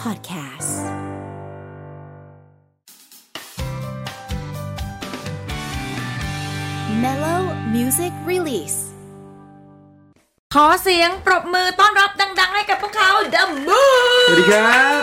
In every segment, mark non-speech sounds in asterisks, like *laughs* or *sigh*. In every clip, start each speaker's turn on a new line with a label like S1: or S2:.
S1: Podcast Mellow Music Release
S2: ขอเสียงปรบมือต้อนรับดัง ๆ ให้กับพวกเขา The Moon
S3: สวัสดีครับ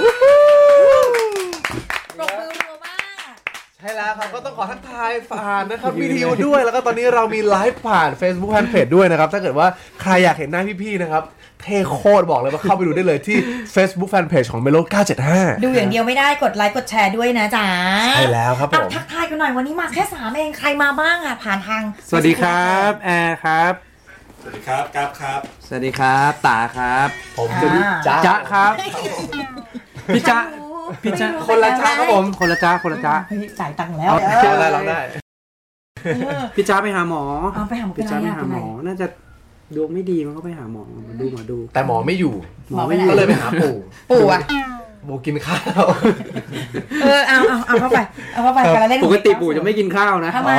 S2: ปรบมือรัวมาก
S3: ใช่แล้วครับก็ต้องขอทักทายผ่านนะครับ *laughs* วิดีโอด้วยแล้วก็ตอนนี้เรามีไลฟ์ผ่าน Facebook Fanpage ด้วยนะครับ ถ้าเกิดว่าใครอยากเห็นหน้าพี่ๆนะครับ เท่โคตรบอกเลยว่าเข้าไปดูได้เลยที่ Facebook Fanpage ของ Melo 975
S2: ดูอย่างเดียวไม่ได้กดไลค์กดแชร์ด้วยนะจ๊ะ
S3: ใช่แล้วครับผม
S2: อ่ะทักทายกันหน่อยวันนี้มาแค่สามเองใครมาบ้างอ่ะ ผ่านทาง
S4: สวัสดีครับแอร์ครับ
S5: สวัสดีครับกราฟครับ
S4: สวัสดีครับตาครับ
S3: ผมจะรู้
S2: อ่า
S3: จ้า
S4: จ๊ะครับ พี่จ๊ะ
S2: ไม่รู้
S4: พี่จ๊ะ
S2: ไม่รู้
S3: คนละจ้าครับผม
S4: คนละจ้าคนละจ้า
S2: เฮ้ยจ่ายตังค์แล้ว
S4: เอา
S3: เราได้เราได้
S4: พี่จ๊ะไปหาหมอ
S2: เอาไปหาหมอเป็
S4: พี่
S2: น
S4: จ๊ะ
S2: อะ
S4: ไป
S2: ไรอ่ะ
S4: หาห
S2: เป็นไร
S4: มอน่าจะดวงไม่ดีมันก็ไปหาหมอมาดูหมอดู
S3: แต่หมอไม่อยู่
S4: หมอไม่อยู่
S3: ก็เลยไปหาปู่
S2: ปู่อ่ะ
S3: ปู่กินข้าว
S2: เออเอาเอาเอาเข้าไป เอาเข้าไปกระเล่น
S4: ปกติปู่จะไม่กินข้าวนะ
S2: ทำไม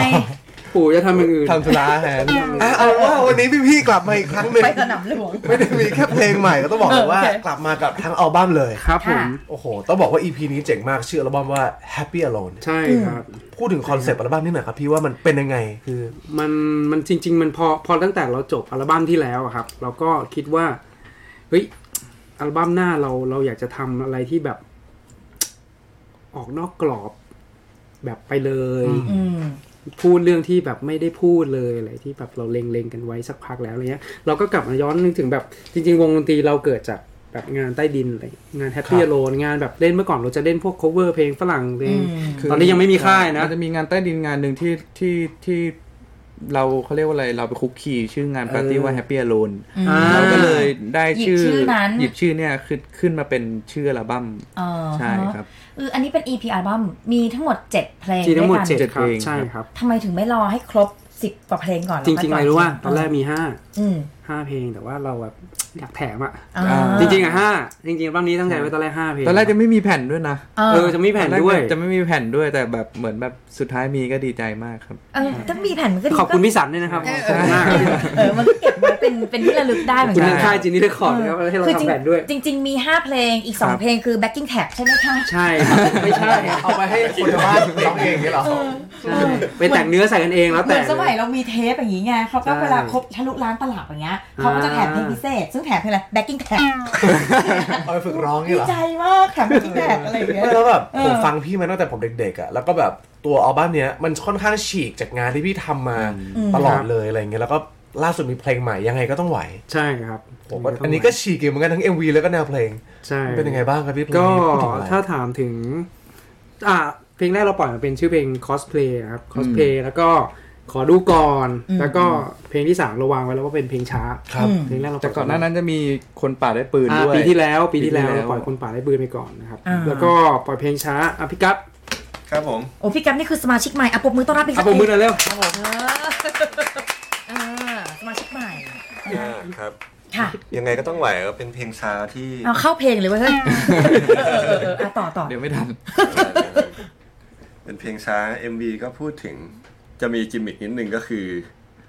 S4: ปู่จะทำอย่างอื่น
S3: ทำธุระแทนอ่ะเอาว่าวันนี้พี่ๆกลับมาอีกครั้งหนึ่ง
S2: ไปสนามหลวง
S3: ไม่ได้มีแค่เพลงใหม่ก็ต้องบอกเลยว่า
S2: เออโอเค
S3: กลับมากับทั้งอัลบั้มเลย
S4: ครับผม
S2: ค่ะ
S3: โอ้โห ต้องบอกว่า EP นี้เจ๋งมาก ชื่ออัลบั้มว่า Happy Alone
S4: ใช่ครับ
S3: พูดถึงคอนเซปต์อัลบั้มนี้หน่อยครับพี่ว่ามันเป็นยังไง คือ
S4: มันมันจริง ๆ มันพอพอตั้งแต่เราจบอัลบั้มที่แล้วอะครับ เราก็คิดว่าเฮ้ยอัลบั้มหน้าเราเราอยากจะทำอะไรที่แบบ ออกนอกกรอบแบบไปเลย
S2: อืม
S4: พูดเรื่องที่แบบไม่ได้พูดเลยอะไรที่แบบเราเล็งๆกันไว้สักพักแล้วอะไรเงี้ยเราก็กลับมาย้อนนึกถึงแบบจริง ๆ วงดนตรีเราเกิดจากแบบงานใต้ดินอะไรงานแฮปปี้โรนงานแบบเล่นเมื่อก่อนเราจะเล่นพวก cover เพลงฝรั่งเพลง
S2: อืม
S4: ตอนนี้ยังไม่มีค่ายนะ
S6: มันจะมีงานใต้ดินงานหนึ่งที่ที่ที่เราเขาเรียกว่าอะไรเราไปคุกคีชื่องานปาร์ตี้
S4: เออ
S6: ว่า Happy Alone
S2: อืม
S4: อ่า
S6: เราก็เลยได้ชื่อ
S2: หยิบชื่อนั้น
S6: หยิบชื่อเนี่ยขึ้นขึ้นมาเป็นชื่ออัลบั้ม
S2: เออ
S6: ใช่ครับ
S2: เอออันนี้เป็น EP อัลบั้มมีทั้งหมด 7 เพลง
S4: ทีทั้งหมด
S2: วยกัน
S4: เจ็ด
S6: เจ็ด
S4: ครับ
S6: เพลง
S4: ใช่ครับ
S2: ทำไมถึงไม่รอให้ครบ 10 กว่าเพลงก่อน
S4: จริงๆอะไรรู้ว่าตอนแรกมีห้า
S2: อืม
S4: ห้าเพลงแต่ว่าเราแบบอยากแถมอ่ะ
S2: อ่า
S4: จริงๆอ่ะห้าจริงๆอัลบั้มนี้ตั้งใจไว้ตอนแรกห้าเพลง
S6: ตอนแรกจะไม่มีแผ่นด้วยนะ
S2: เออ
S4: เออจะมีแผ่นด้วย
S6: ตอรกจะไม่มีแผ่นด้วยแต่แบบเหมือนแบบสุดท้ายมีก็ดีใจมากครับ
S2: เออถ้ามีแผ่นมันก็ดี
S4: ขอบคุณพี่สันด้วยนะครับขอบคุณมาก
S2: เออมันก็เก็บไว้เป็นเป็นที่ระลึกได้เหมือน
S4: คุณ
S2: กั
S4: ทางค่ายจินนี่ได้ขอดแล้วให้เรา
S2: คือจ
S4: ทำแผ่นด้วย
S2: ริงจริง ๆ มี 5 เพลงอีก
S6: ครั
S2: 2
S6: บ
S2: เพลงคือ backing track ใช่ไหมคะ
S4: ใช่ครับไม่ใช่อะ
S3: เอาไปให้คนทางบ้านร้องเองนี่หรอ
S4: ไปแต่งเนื้อใส่กันเองแล้ว
S2: เหมื
S4: แต่
S2: อน
S4: ง
S2: สมัยเรามีเทปอย่างนี้ไงเขาก็
S4: ใช่
S2: เวลาครบทะลุร้านตลับอย่างเงี้ยเขาก็จะแถมเพลงพิเศษ ซึ่งแถมเพลงอะไร backing track
S3: เอาไปฝึกร้อง
S2: ดี
S3: นี่หรอ
S2: ใจมากแถม backing track อะไรอย่างเงี้ย
S3: ไม่แล้วแบบ
S2: เออ
S3: ผมฟังพี่มาตั้งแต่ผมเด็กๆอ่ะแล้วก็แบบตัวอัลบั้มเนี้ยมันค่อนข้างฉีกจากงานที่พี่ทำมาตลอด
S4: ครับ
S3: เลยอะไรเงี้ยแล้วก็ล่าสุดมีเพลงใหม่ยังไงก็ต้องไหว
S4: ใช่ครับ
S3: ผมว่าอันนี้ก็ฉีกอยู่เหมือนกันทั้ง MV แล้วก็แนวเพลง
S4: ใช่
S3: เป็นยังไงบ้างครับพี่เพลง
S4: ก็
S3: นี้พูดถึงอะไร
S4: ถ้าถามถึง อ่ะเพลงแรกเราปล่อยมาเป็นชื่อเพลง cosplay ครับ cosplay แล้วก็ขอดูก่อน แล้วก็เพลงที่สามเราวางไว้แล้วว่าเป็นเพลงช้า
S3: ครับ
S4: เพลงแรกเราป
S6: แต่
S4: ล่ย
S6: ก่อนหน้านั้นจะมีคนป่าได้ปืน
S4: อ่า
S6: ด้วย
S4: ปีที่แล้วปีที่แล้ว
S6: ปีที่แล้ว
S4: ปล่อยคนป่าไร้ปืนไปก่อนนะครับ
S2: อ่า
S4: แล้วก็ปล่อยเพลงช้าอ่ะพี่กั๊บ
S5: ครับผม
S2: โอ้พี่กั๊บนี่คือสมาชิกใหม่อ่ะปรบมือต้อนรับอีก
S4: อ่ะ
S2: สัก
S4: ผม
S2: ที
S4: มือหน่อยเร็ว
S2: เออสมาชิกใหม่
S5: ครับ
S2: ค่ะ
S5: ยังไงก็ต้องไหวก็เป็นเพลงช้าที่
S2: เอาเข้าเพลงเลยเว้ยเฮ้ยเออเออเอออ่ะต่อต่อ
S6: เดี๋ยวไม่ทัน
S5: เป็นเพลงช้า MV ก็พูดถึงจะมีกิมมิคนิดนึงก็คือ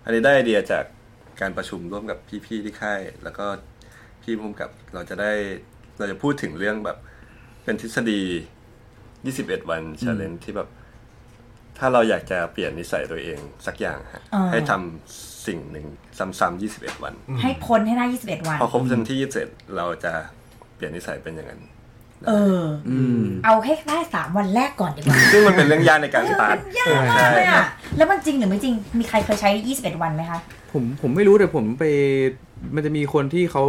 S5: อันนี้ได้ไอเดียจากการประชุมร่วมกับพี่ๆที่ค่าย แล้วก็พี่ภูมิกับเราจะได้เราจะพูดถึงเรื่องแบบเป็นทฤษฎี 21 วัน challenge ที่แบบ ถ้าเราอยากจะเปลี่ยนนิสัยตัวเองสักอย่างฮะให้ทำสิ่งหนึ่งซ้ำๆ21 วัน
S2: ให้พ้นให้ได้21 วัน
S5: พอครบเซนที่ยี่สิบเจ็ดเราจะเปลี่ยนนิสัยเป็นอย่างนั้น
S2: เออ เอาให้ได้3วันแรกก่อนดีกว่า
S5: ซึ่งมันเป็นเรื่องยากในการสตาร์ท
S2: ยากมาก
S5: ใช่
S2: เลย
S5: ครั
S2: อ่ะ
S5: บ
S2: แล้วมันจริงหรือไม่จริงมีใครเคยใช้ 21 วันไหมคะ
S6: ผมผมไม่รู้แต่ผมไปมันจะมีคนที่เขา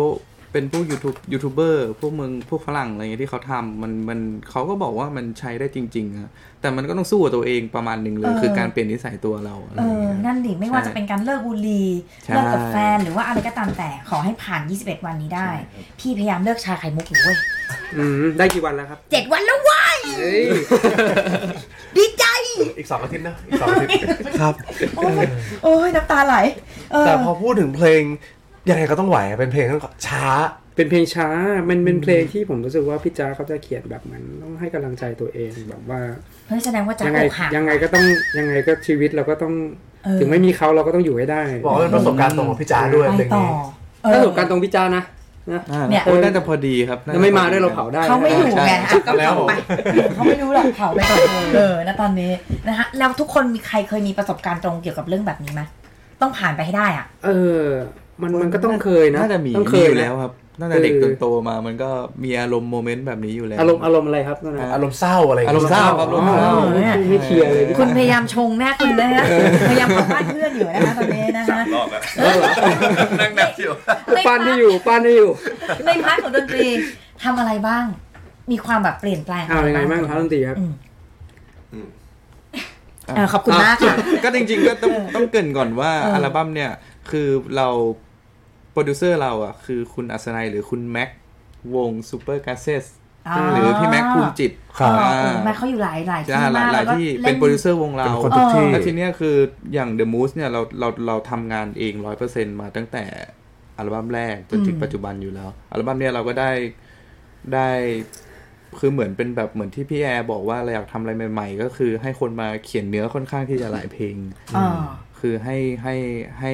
S6: เป็นพวกยูทูบยูทูบเบอร์พวกเมืองพวกฝรั่งอะไรเงี้ยที่เขาทำมันมันเขาก็บอกว่ามันใช้ได้จริงๆอะแต่มันก็ต้องสู้กับตัวเองประมาณหนึ่งเลย
S2: เออ
S6: คือการเปลี่ยนนิสัยตัวเราอะไร
S2: เออ
S6: เงี้ย
S2: นั่นดิไม่ว่า
S6: ใช่
S2: จะเป็นการเลิกบุหรี่
S6: ใช่
S2: เลิกกับแฟนหรือว่าอะไรก็ตามแต่ขอให้ผ่าน 21 วันนี้ได้ พี่พยายามเลิกชาไข่มุกอยู่เว้ย
S4: อืมได้กี่วันแล้วครับ
S2: เจ็ดวันแล้วเว้ย
S4: เอ้ย
S2: ดีใจ
S3: อีกสองอาทิตย์นะอีกสองอาทิตย์ครับ
S2: โอ้ยโอ้ยน้ำตาไหลเออ
S3: แต่พอพูดถึงเพลงยังไงก็ต้องไหวอะเป็นเพลงทั้งช้า
S4: เป็นเพลงช้ามันเป็นเพลงที่ผมรู้สึกว่าพี่จ้าเขาจะเขียนแบบเหมันต้องให้กำลังใจตัวเองแบบว่า
S2: เฮ้ยแสดงว่าจะ
S4: ยัง
S2: อ
S4: ไง
S2: กหัก
S4: ยังไงก็ต้องยังไงก็ชีวิตเราก็ต้อง
S2: เออ
S4: ถึงไม่มีเขาเราก็ต้องอยู่ให้ได้
S3: บอกว่าเป็นประสบการณ์ตรงของพี่จ๋าด้วย
S2: ไป
S3: เพลง
S2: ต่อ
S3: นี้
S2: เอ
S4: ถ้า
S2: อ
S4: สบการณ์ตรงพี่จ้านะ นะ
S6: อ่า
S2: เนี่ย
S6: โอ้ยน่าจะพอดีครับน่จะ
S4: แล้วไม่มาด้วย
S6: พ
S4: เรา
S6: อ
S4: เผาได้
S2: เขาไม่อยู่ไงอ่ะก็
S3: แล้ว
S2: เผาไปเขาไม่รู้หรอกเผาไปก่อนเออนะตอนนี้นะฮะแล้วทุกคนมีใครเคยมีประสบการณ์ตรงเกี่ยวกับเรื่องแบบนี้ไหมต้องผ่านไปให้ได้อ่ะ
S4: เออ มันมันก็ต้องเคยนะ
S6: น่าจะมี
S4: ต้องเค
S6: มี
S4: ย
S6: อยู่
S4: นะ
S6: แล้วครับตั้งแต่เด็ก
S4: เออ
S6: จนโตมามันก็มีอารมณ์โมเมนต์แบบนี้อยู่แล้ว
S4: อารมณ์อารมณ์อะไรครับนั่นนะ
S6: อ่ะ
S3: อารมณ์เศร้าอะไร
S6: อารมณ์เศร้าครับอารมณ์เศร้า
S4: อ๋อ
S2: เนี่ย
S4: ไม่เคลียร์เลย
S2: คุณพยายามชงหน้าคุณนะฮะพยายามขับบ้านเพื่อนอยู่นะคะตอนนี้นะ
S5: สาม
S2: ฮะ
S5: รอบแล้วนั่งนับ *laughs* อยู่
S2: ใน
S4: ปั้
S2: พาน ร์
S4: ที่
S2: ท
S4: อยู่ปั้นที่อยู่
S2: ในพาร์ทของดนตรีทำอะไรบ้าง มีความแบบเปลี่ยนแปลง
S4: เอายังไงบ้างครับดนตรีครับ
S2: อืม
S5: อืม
S2: เออขอบคุณมากค่ะ
S6: *laughs* ก็จริงๆก็ต้องต้องเกรินก่อนว่า
S2: เอออั
S6: อัลบั้มเนี่ยคือเราโปรดิวเซอร์เราอ่ะคือคุณอัศนัยหรือคุณแม็กวงซูเปอร์กาเซสหรือพี่แม็กภูมิจิต
S3: ครั
S2: อ๋อบ เออแม็กเขาอยู่หลายหลายที่
S6: อ่าม
S2: าก
S6: หลาย
S2: แล้วก็
S6: ๆที่เป็นโปรดิวเซอร์วงเรา
S3: เป็นคนทุกที่
S6: แล้วทีเนี้ยคืออย่าง The Moose เนี่ยเราเราเราทำงานเองร้อยเปอร์เซ็นมาตั้งแต่อัลบั้มแรกจนถึงปัจจุบันอยู่แล้ว อัลบั้มเนี่ยเราก็ได้ได้คือเหมือนเป็นแบบเหมือนที่พี่แอร์บอกว่าเราอยากทำอะไรใหม่ ๆ ก็คือให้คนมาเขียนเนื้อค่อนข้างที่จะหลายเพลง
S2: อ่า
S6: คือให้ให้ให้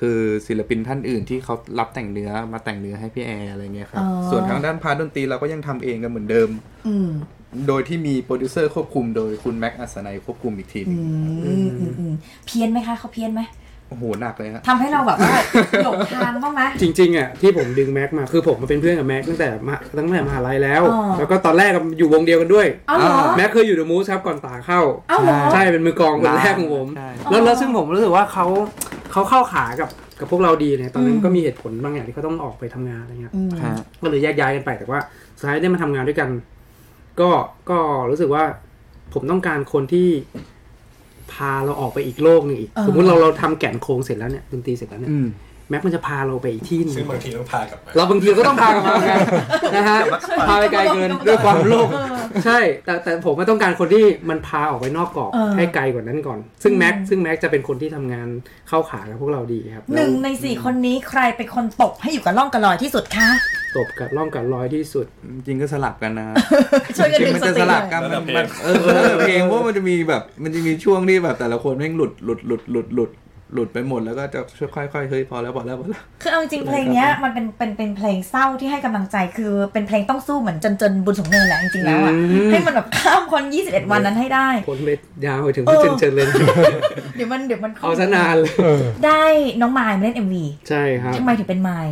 S6: คือศิลปินท่านอื่นที่เขารับแต่งเนื้อมาแต่งเนื้อให้พี่แอร์อะไรเงี้ยครับ
S2: อ๋อ
S6: ส่วนทางด้านพาร์ทดนตรีเราก็ยังทำเองกันเหมือนเดิม
S2: อืม
S6: โดยที่มีโปรดิวเซอร์ควบคุมโดยคุณแม็กอัศนัยควบคุมอีกทีหนึง
S2: อืมอืมอืมเพี้ยนไหมคะเขาเพี้ยนไหม
S6: โอ้โหหนักเลยฮะ
S2: ทำให้เราแบบว่าหลงทางบ้างไหม
S4: จริงๆอ่ะที่ผมดึงแม็กมาคือผมมาเป็นเพื่อนกับแม็กตั้งแต่มหาตั้งแต่มหาลัยแล้ว
S2: อ๋อ
S4: แล้วก็ตอนแรกอะอยู่วงเดียวกันด้วย
S2: เอาเหรอ
S4: แม็กเคยอยู่เดอะมูสครับก่อนตาเข้า
S2: เอ้าเหรอ
S4: ใช่เป็นมือกลองคนแรกของผม
S6: ใช่
S4: แล้วแล้ว
S2: อ๋อ
S4: ซึ่งผมรู้สึกว่าเขาเขาเข้าขากับกับพวกเราดีเนี่ยตอนนั้นก็มีเหตุผลบางอย่างที่เขาต้องออกไปทำงานอะไรเงี้ย
S2: อืม
S6: ฮะ
S4: ก็เลยแยกย้ายกันไปแต่ว่าสุดท้ายได้มาทำงานด้วยกัน ก็ก็รู้สึกว่าผมต้องการคนที่พาเราออกไปอีกโลกหนึงอีก
S2: เออ
S4: สมมติเราเราทำแก่นโครงเสร็จแล้วเนี่ยดนตรีเสร็จแล้วเนี่ยแม็กมันจะพาเราไปอีกที่หนึง
S7: ซึ่งบางทีต้องพากลับมา
S4: เราบางทีก็ต้องพากันมาไง *laughs* นะฮะ พาไปไกลเกิน *laughs* ด้วยความโลภ
S2: เออ
S4: ใช่ แต่แต่ผมก็ต้องการคนที่มันพาออกไปนอกกรอบ
S2: เออ
S4: ให้ไกลกว่านั้นก่อน ซึ่งแม็กซึ่งแม็กจะเป็นคนที่ทำงานเข้าขากับพวกเราดีครับ
S2: หนึ่งในสี่คนนี้ใครเป็นคนตกให้อยู่กับล่องกระลอยที่สุดคะ
S4: ตบกับร่องกับรอยที่สุด
S6: จริงๆก็สลับกันนะ
S2: ช่วยกัน
S6: จริ
S2: ดึ
S6: ง
S2: ง
S6: ๆมัน
S2: ส
S6: จะ
S2: ติ
S6: ส
S2: หน่
S6: ลั
S2: อบ ย
S6: กัน
S5: ระดับเพลง
S6: มันเออเออเพลงเพราะมันจะมีแบบมันจะมีช่วงที่แบบแต่ละคนแม่งหลุดหลุดหลุดหลุดหลุดหลุดไปหมดแล้วก็จะค่อยๆเฮ้ยพอแล้วพอแล้วพอแล้ว
S2: คือเอาจริงๆเพลงเนี้ยมันเป็นเป็นเป็นเพลงเศร้าที่ให้กำลังใจคือเป็นเพลงต้องสู้เหมือนจนจนบุญสงเนินแหละจริงๆแล้วอ่ะ
S4: อืม
S2: ให้มันแบบข้ามคน21 วันนั้นให้ได้
S4: คนเม็ดยาวไปถึง
S2: เอ
S4: พี่
S2: อ
S4: เจนเจนเลยนะ
S2: เดี๋ยวมันเดี๋ยวมัน
S4: เอาซะนานเลย
S2: ได้น้องมายมาเล่น MV
S4: ใช่ครับ
S2: ทำไมถึงเป็นมาย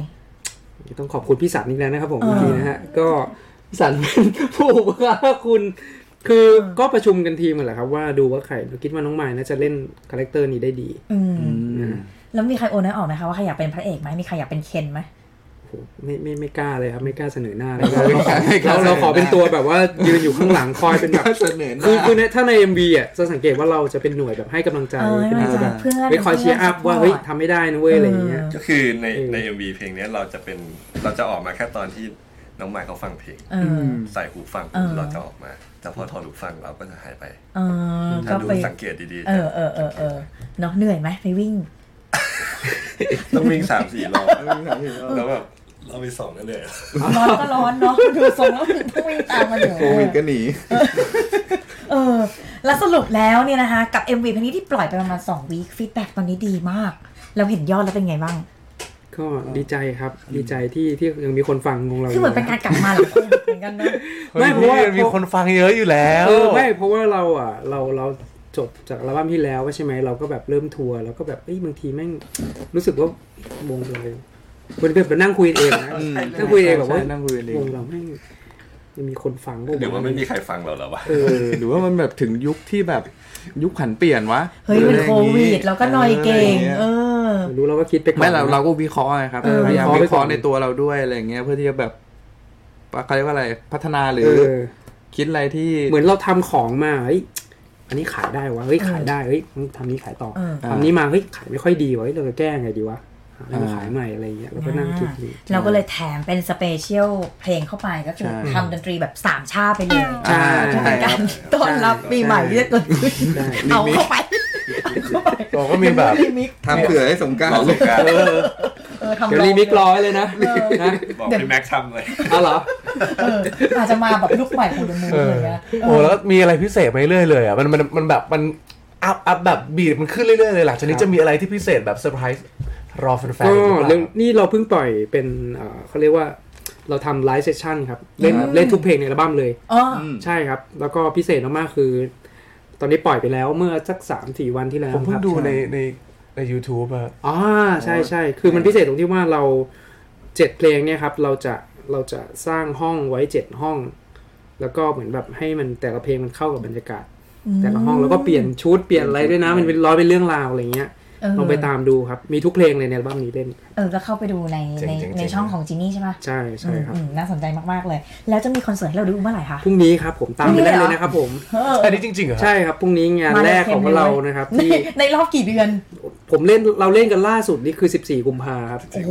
S4: ต้องขอบคุณพี่สันอีกแล้วนะครับผม
S2: เออ
S4: เมื่อกี้นะฮะก็พี่สันเป็นผู้ว่าคุณ คือก็ประชุมกันทีมกันแหละครับว่าดูว่าใครคิดว่าน้องไม้น่าจะเล่นคาแรคเตอร์นี้ได้ดี
S2: อืม
S4: อืม
S2: แล้วมีใครโอนให้ออกไหมคะว่าใครอยากเป็นพระเอกไหมมีใครอยากเป็นเคนไหม
S4: ผมไม่ไม่ไม่กล้าเลยครับไม่กล้าเสนอหน้าเลย
S6: ไม่กล้าไม่กล้า
S4: เราเราขอ
S6: เสนอหน้า
S4: เป็นตัวแบบว่ายืนอยู่ข้างหลังคอยเป็นแบบ
S6: เสนอ
S4: คือคือ
S6: หน้า
S4: ในถ้าใน MV อ่ะจะสังเกตว่าเราจะเป็นหน่วยแบบให้กำลังใจ
S2: เออ
S4: เป็นหน่วย
S6: ให้กำ
S4: แบ
S6: ลัง
S4: บ
S6: ใจ
S2: เพื่อน
S4: ไปคอยเชียร์อัพ
S2: เพื่อน
S4: ว่าเฮ้ย
S2: support
S4: ทำไม่ได้นะเว้ยอะไรอย่างเงี้ย
S2: เออ
S5: ก็คือใน
S4: เออ
S5: ใน MV เพลงเนี้ยเราจะเป็นเราจะออกมาแค่ตอนที่น้องหมายเขาฟังเพลง
S2: เออ
S5: ใส่หูฟัง
S2: เออ
S5: เราจะออกมา แต่พอถอดหูฟังเราก็จะหายไป
S2: เออ
S5: ถ้า
S2: ก็
S5: ดู
S2: ไป
S5: สังเกตดี
S2: เออเออเออเออเนาะเหนื่อยไหมไปวิ่ง
S5: ๆ ต้องวิ่งสามสี่รอบแล้วแบบ
S7: เราไปสองกันเลย
S2: ร้อนก็ร้อนเนาะดูทรงแล้วถึงต้องวิ่ง *laughs* ตามมาเหนื่อย
S6: โควิดก็หนี
S2: เออ แล้วสรุปแล้วเนี่ยนะคะ กับ MV เพลงนี้ที่ปล่อยไปประมาณ2วีคฟีดแบ็กตอนนี้ดีมาก เราเห็นยอดแล้วเป็นไงบ้าง
S4: ก็ดีใจครับดีใจที่ที่ยังมีคนฟังของเรา
S2: คือเหมือนเป็นการกลับมาหลังโควิดเหมือนกัน *laughs* นะ
S4: ไม่เพราะว่า
S3: มีคนฟังเยอะอยู่แล้ว
S4: เออไม่เพราะว่าเราอ่ะเราเราจบจากอัลบั้มที่แล้วใช่ไหมเราก็แบบเริ่มทัวร์เราก็แบบเอ้ยบางทีแม่งรู้สึกว่าวงเราเป็นแบบนั่งคุยเองนะนั่งคุยเองแบบว่า
S6: ใช่นั่งคุยเอง
S4: วงเราไม่ยังมีคนฟังบ้าง
S5: หรือว่าไม่มีใครฟังเราหรอวะ
S4: เออ
S6: เออหรือว่ามันแบบถึงยุคที่แบบยุคผันเปลี่ยนวะ
S2: เฮ้ยมันโควิดเราก็หนอยเก่ง เออ
S4: รู้แล้วก็คิดไปก่อน
S6: ไม่เราเราก็วิเคราะห์นะครับ
S4: เออ
S6: พยายาม
S4: วิ
S6: วิ
S4: เค
S6: เค
S4: ราะ
S6: ราะ
S4: ห์
S6: ห์
S4: ไปก่อ
S6: ใน
S4: น
S6: ตัวเราด้วยอะไรอย่างเงี้ยเพื่อที่จะแบบเขาเรียกว่าอะไรพัฒนาหรื
S4: เอ
S6: อ
S4: อ
S6: คิดอะไรที่
S4: เหมือนเราทำของมาเฮ้ยอันนี้ขายได้วะเฮ้ยขายได้เฮ้ยทำนี้ขายต่อ
S2: เออ
S4: ทำนี้มาเฮ้ยขายไม่ค่อยดีวะเฮ้ยเราจะแก้ไงดีวะหาอะไรมาขายใหม่อะไรเงี้ยเราก็นั่งคิดดี
S2: เราก็เลยแถมเป็นสเปเชียลเพลงเข้าไปก็คือ
S6: ใช่
S2: ทำดนตรีแบบสามชาติไปเลย
S4: ใช่
S6: อ่า
S2: เพื่อ
S6: ใช่
S2: เป็นการร
S6: คับ
S2: ต้อนรับปีใหม่ที่จะเกิดขึ้น
S4: ได้
S2: เอาเข้าไปเอาเข้าไป
S3: เราก็มีแบบ
S2: รีมิกซ์
S6: ทำเผื่อให้สงกราร
S5: เราสงกราร
S2: เออทำ
S4: เดี๋ยว
S2: ลอง
S4: รีมิกร้อยเลยนะนะ
S5: บอกพี่แม็กซ์ทำเลย
S4: เอาเหรอ
S2: เอออาจจะมาแบบลุกใหม่ของเดอะมูน
S3: เออ
S2: เลยนะ
S3: โอ้แล้วมีอะไรพิเศษไหมเรื่อยเลยอ่ะมันมันมันแบบมันอัพอัพแบบบีดมันขึ้นเรื่อยๆเลยหลังจากนี้จะมีอะไรที่พิเศษแบบเซอร์ไพรส์ รอแฟน
S4: ก็
S3: ๆอยู่หรือเป
S4: เรื่อง
S3: ล่า
S4: นี่เราเพิ่งปล่อยเป็นเอ่อเขาเรียกว่าเราทำไลฟ์เซสชั่นครับเล่นเล่นทุกเพลงในอัลบั้มเลย
S2: อ๋อ
S6: อืม
S4: ใช่ครับ แล้วก็พิเศษมากๆคือ ตอนนี้ปล่อยไปแล้วเมื่อสักสามสี่วันที่แล้ว
S3: ผม
S4: ค
S3: เพิ่ง
S4: รับ
S3: ดูใน
S4: ช่
S3: ในใน u t u b e อะ
S4: อ๋อใช่ใช่คือมันพิเศษตรงที่ว่าเราเจ็ดเพลงเนี่ยครับ เราจะเราจะสร้างห้องไว้เจ็ดห้อง แล้วก็เหมือนแบบให้มันแต่ละเพลงมันเข้ากับบรรยากาศ แต่ละห้องแล้วก็เปลี่ยนชุดเปลี่ยนอะไรด้วยนะ มันเป็นร้อยเป็นเรื่องราวอะไรเงี้ย
S2: เออ
S4: ลองไปตามดูครับ มีทุกเพลงเลยในอัลบั้มนี้เล่นครับ
S2: เออแล้วเข้าไปดูในในในช่องของจินนี่ใช่ปะ
S4: ใช่ใช่ครับ
S2: อืมน่าสนใจมากๆเลย แล้วจะมีคอนเสิร์ตให้เราดูเมื่อไหร่คะ
S4: พรุ่งนี้ครับผมตาม
S2: พรุ่
S4: ไป
S2: งนี้
S4: ได้
S2: เห
S4: เล
S2: รอ
S4: ยนะครับผม
S3: อันนี้จริงๆเหรอครับ
S4: ใช่ครับพรุ่งนี้งาน
S2: ม
S4: แร
S2: ย
S4: กของ
S2: ต็มลย
S4: เรานะครับ
S2: ใน
S4: ที่
S2: ในรอบกี่เดือน
S4: ผมเล่นเราเล่นกันล่าสุดนี่คือ 14 กุมภาครับ
S2: โอ้โ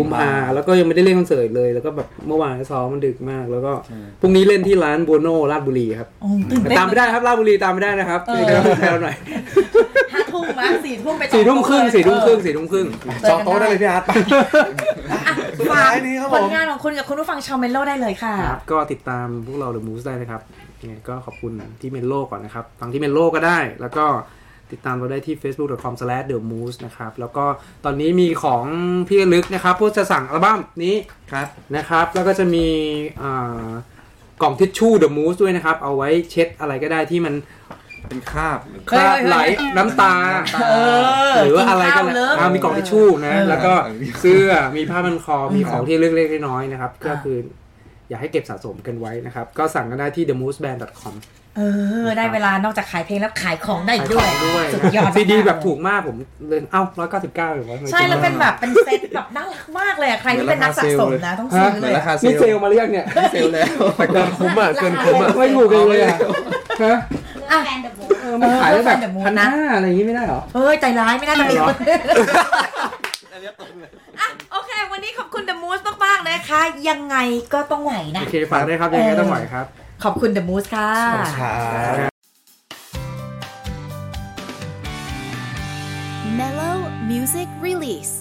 S4: 14
S2: ห
S4: กุมภาแล้วก็ยังไม่ได้เล่นคอนเสิร์ตเลย แล้วก็แบบเมื่อวานก็ซ้อมมันดึกมาก แล้วก็พรุ่งนี้เล่นที่ร้านบัวโนราชบุรีครับ
S2: โอ้ตื่นเต้น
S4: ตามไม่ได้ครับราชบุรีตามไม่ได้นะครับ
S2: เออ
S4: เดี๋ยวแซวหน่อย
S2: ห้าทุ่มมาสี่ทุ่มไปต่อ
S4: สี่ทุ่มครึ่ง
S2: เลย
S4: สี่ทุ่มครึ่ง
S2: เออ
S4: สี่ทุ่มครึ่ง
S3: จองโต๊ะได้เลยพี่อาร์ต
S2: ฝาก
S3: สุดท้ายนี้ครับ
S2: ผ
S3: ผม
S2: ลงานของคุณกับคุณผู้ฟังชาวเมลโล่ได้เลยค่ะ
S4: ครับก็ติดตามพวกเราเดอะมูสได้นะครับยังไงก็ขอบคุณที่เมนโลก่อนนะครับฟังที่เมนโลก็ได้ แล้วก็ติดตามเราได้ที่ facebook.com/themoose นะครับแล้วก็ตอนนี้มีของพี่ระลึกนะครับพวกจะสั่งอัลบั้มนี้
S6: ครับ
S4: นะครับแล้วก็จะมีอ่ากล่องทิชชู่เดอะมูสด้วยนะครับ เอาไว้เช็ดอะไรก็ได้ที่มัน
S6: เป็นคาบ
S4: คราบไหลน้ำตา
S2: อ
S4: หรือว่าอะไรก็
S2: กิน
S4: แล้
S2: ข้าวเล
S4: ว
S2: อะ
S4: อ่ามีกล่องทิชชู่นะ
S6: เออ
S4: แล้วก็
S6: เออ
S4: เสื้อมีผ้าพันคอมีของที่เล็กๆน้อยๆนะครับ ก็คืออย่าให้เก็บสะสมกันไว้นะครับ ก็สั่งกันได้ที่ themooseband.com
S2: เออ ได้เวลานอกจากขายเพลงแล้วขายของได้อีกด้วย
S4: ด้วย
S2: สุดยอด
S4: ซีดี
S2: มากๆ
S4: แบบถูกมากผมเลยเอ้า199อยู่วะ
S2: ใช่แล้วเป็นแบบเป็นเซตแบบน่ารักมากเลยอะใครที่เป็นนักสะสมนะต้องซื้อ
S6: เห
S2: เล
S6: มือน
S2: ย
S6: รา
S2: อะ
S6: คาเซล
S4: นี่
S6: ล์
S4: เซลลมาเรียกเนี่ย
S6: เซลล์แล้ว
S3: แต่เกินคุ้มอ่ะเกินคุ้มอ่ะ
S4: ไม่ถูกกันเลยอะฮะ
S2: อ่ะ
S4: เออมันขายได้แบบ
S2: เออ
S4: พันห้าอะไรอย่างงี้ไม่ได้เหรอ
S2: เฮ้ย ใจร้ายไม่น่าจะมีคน *laughs* อ่ะโอเค วันนี้ขอบคุณ The Moose มากๆนะคะ ยังไงก็ต้องไหวนะ
S4: โอเคฝากด้วยครับ ยังไงต้องไหวครับ
S2: ขอบคุณ The Moose ค่ะ
S3: ครับ
S1: Mellow Music Release.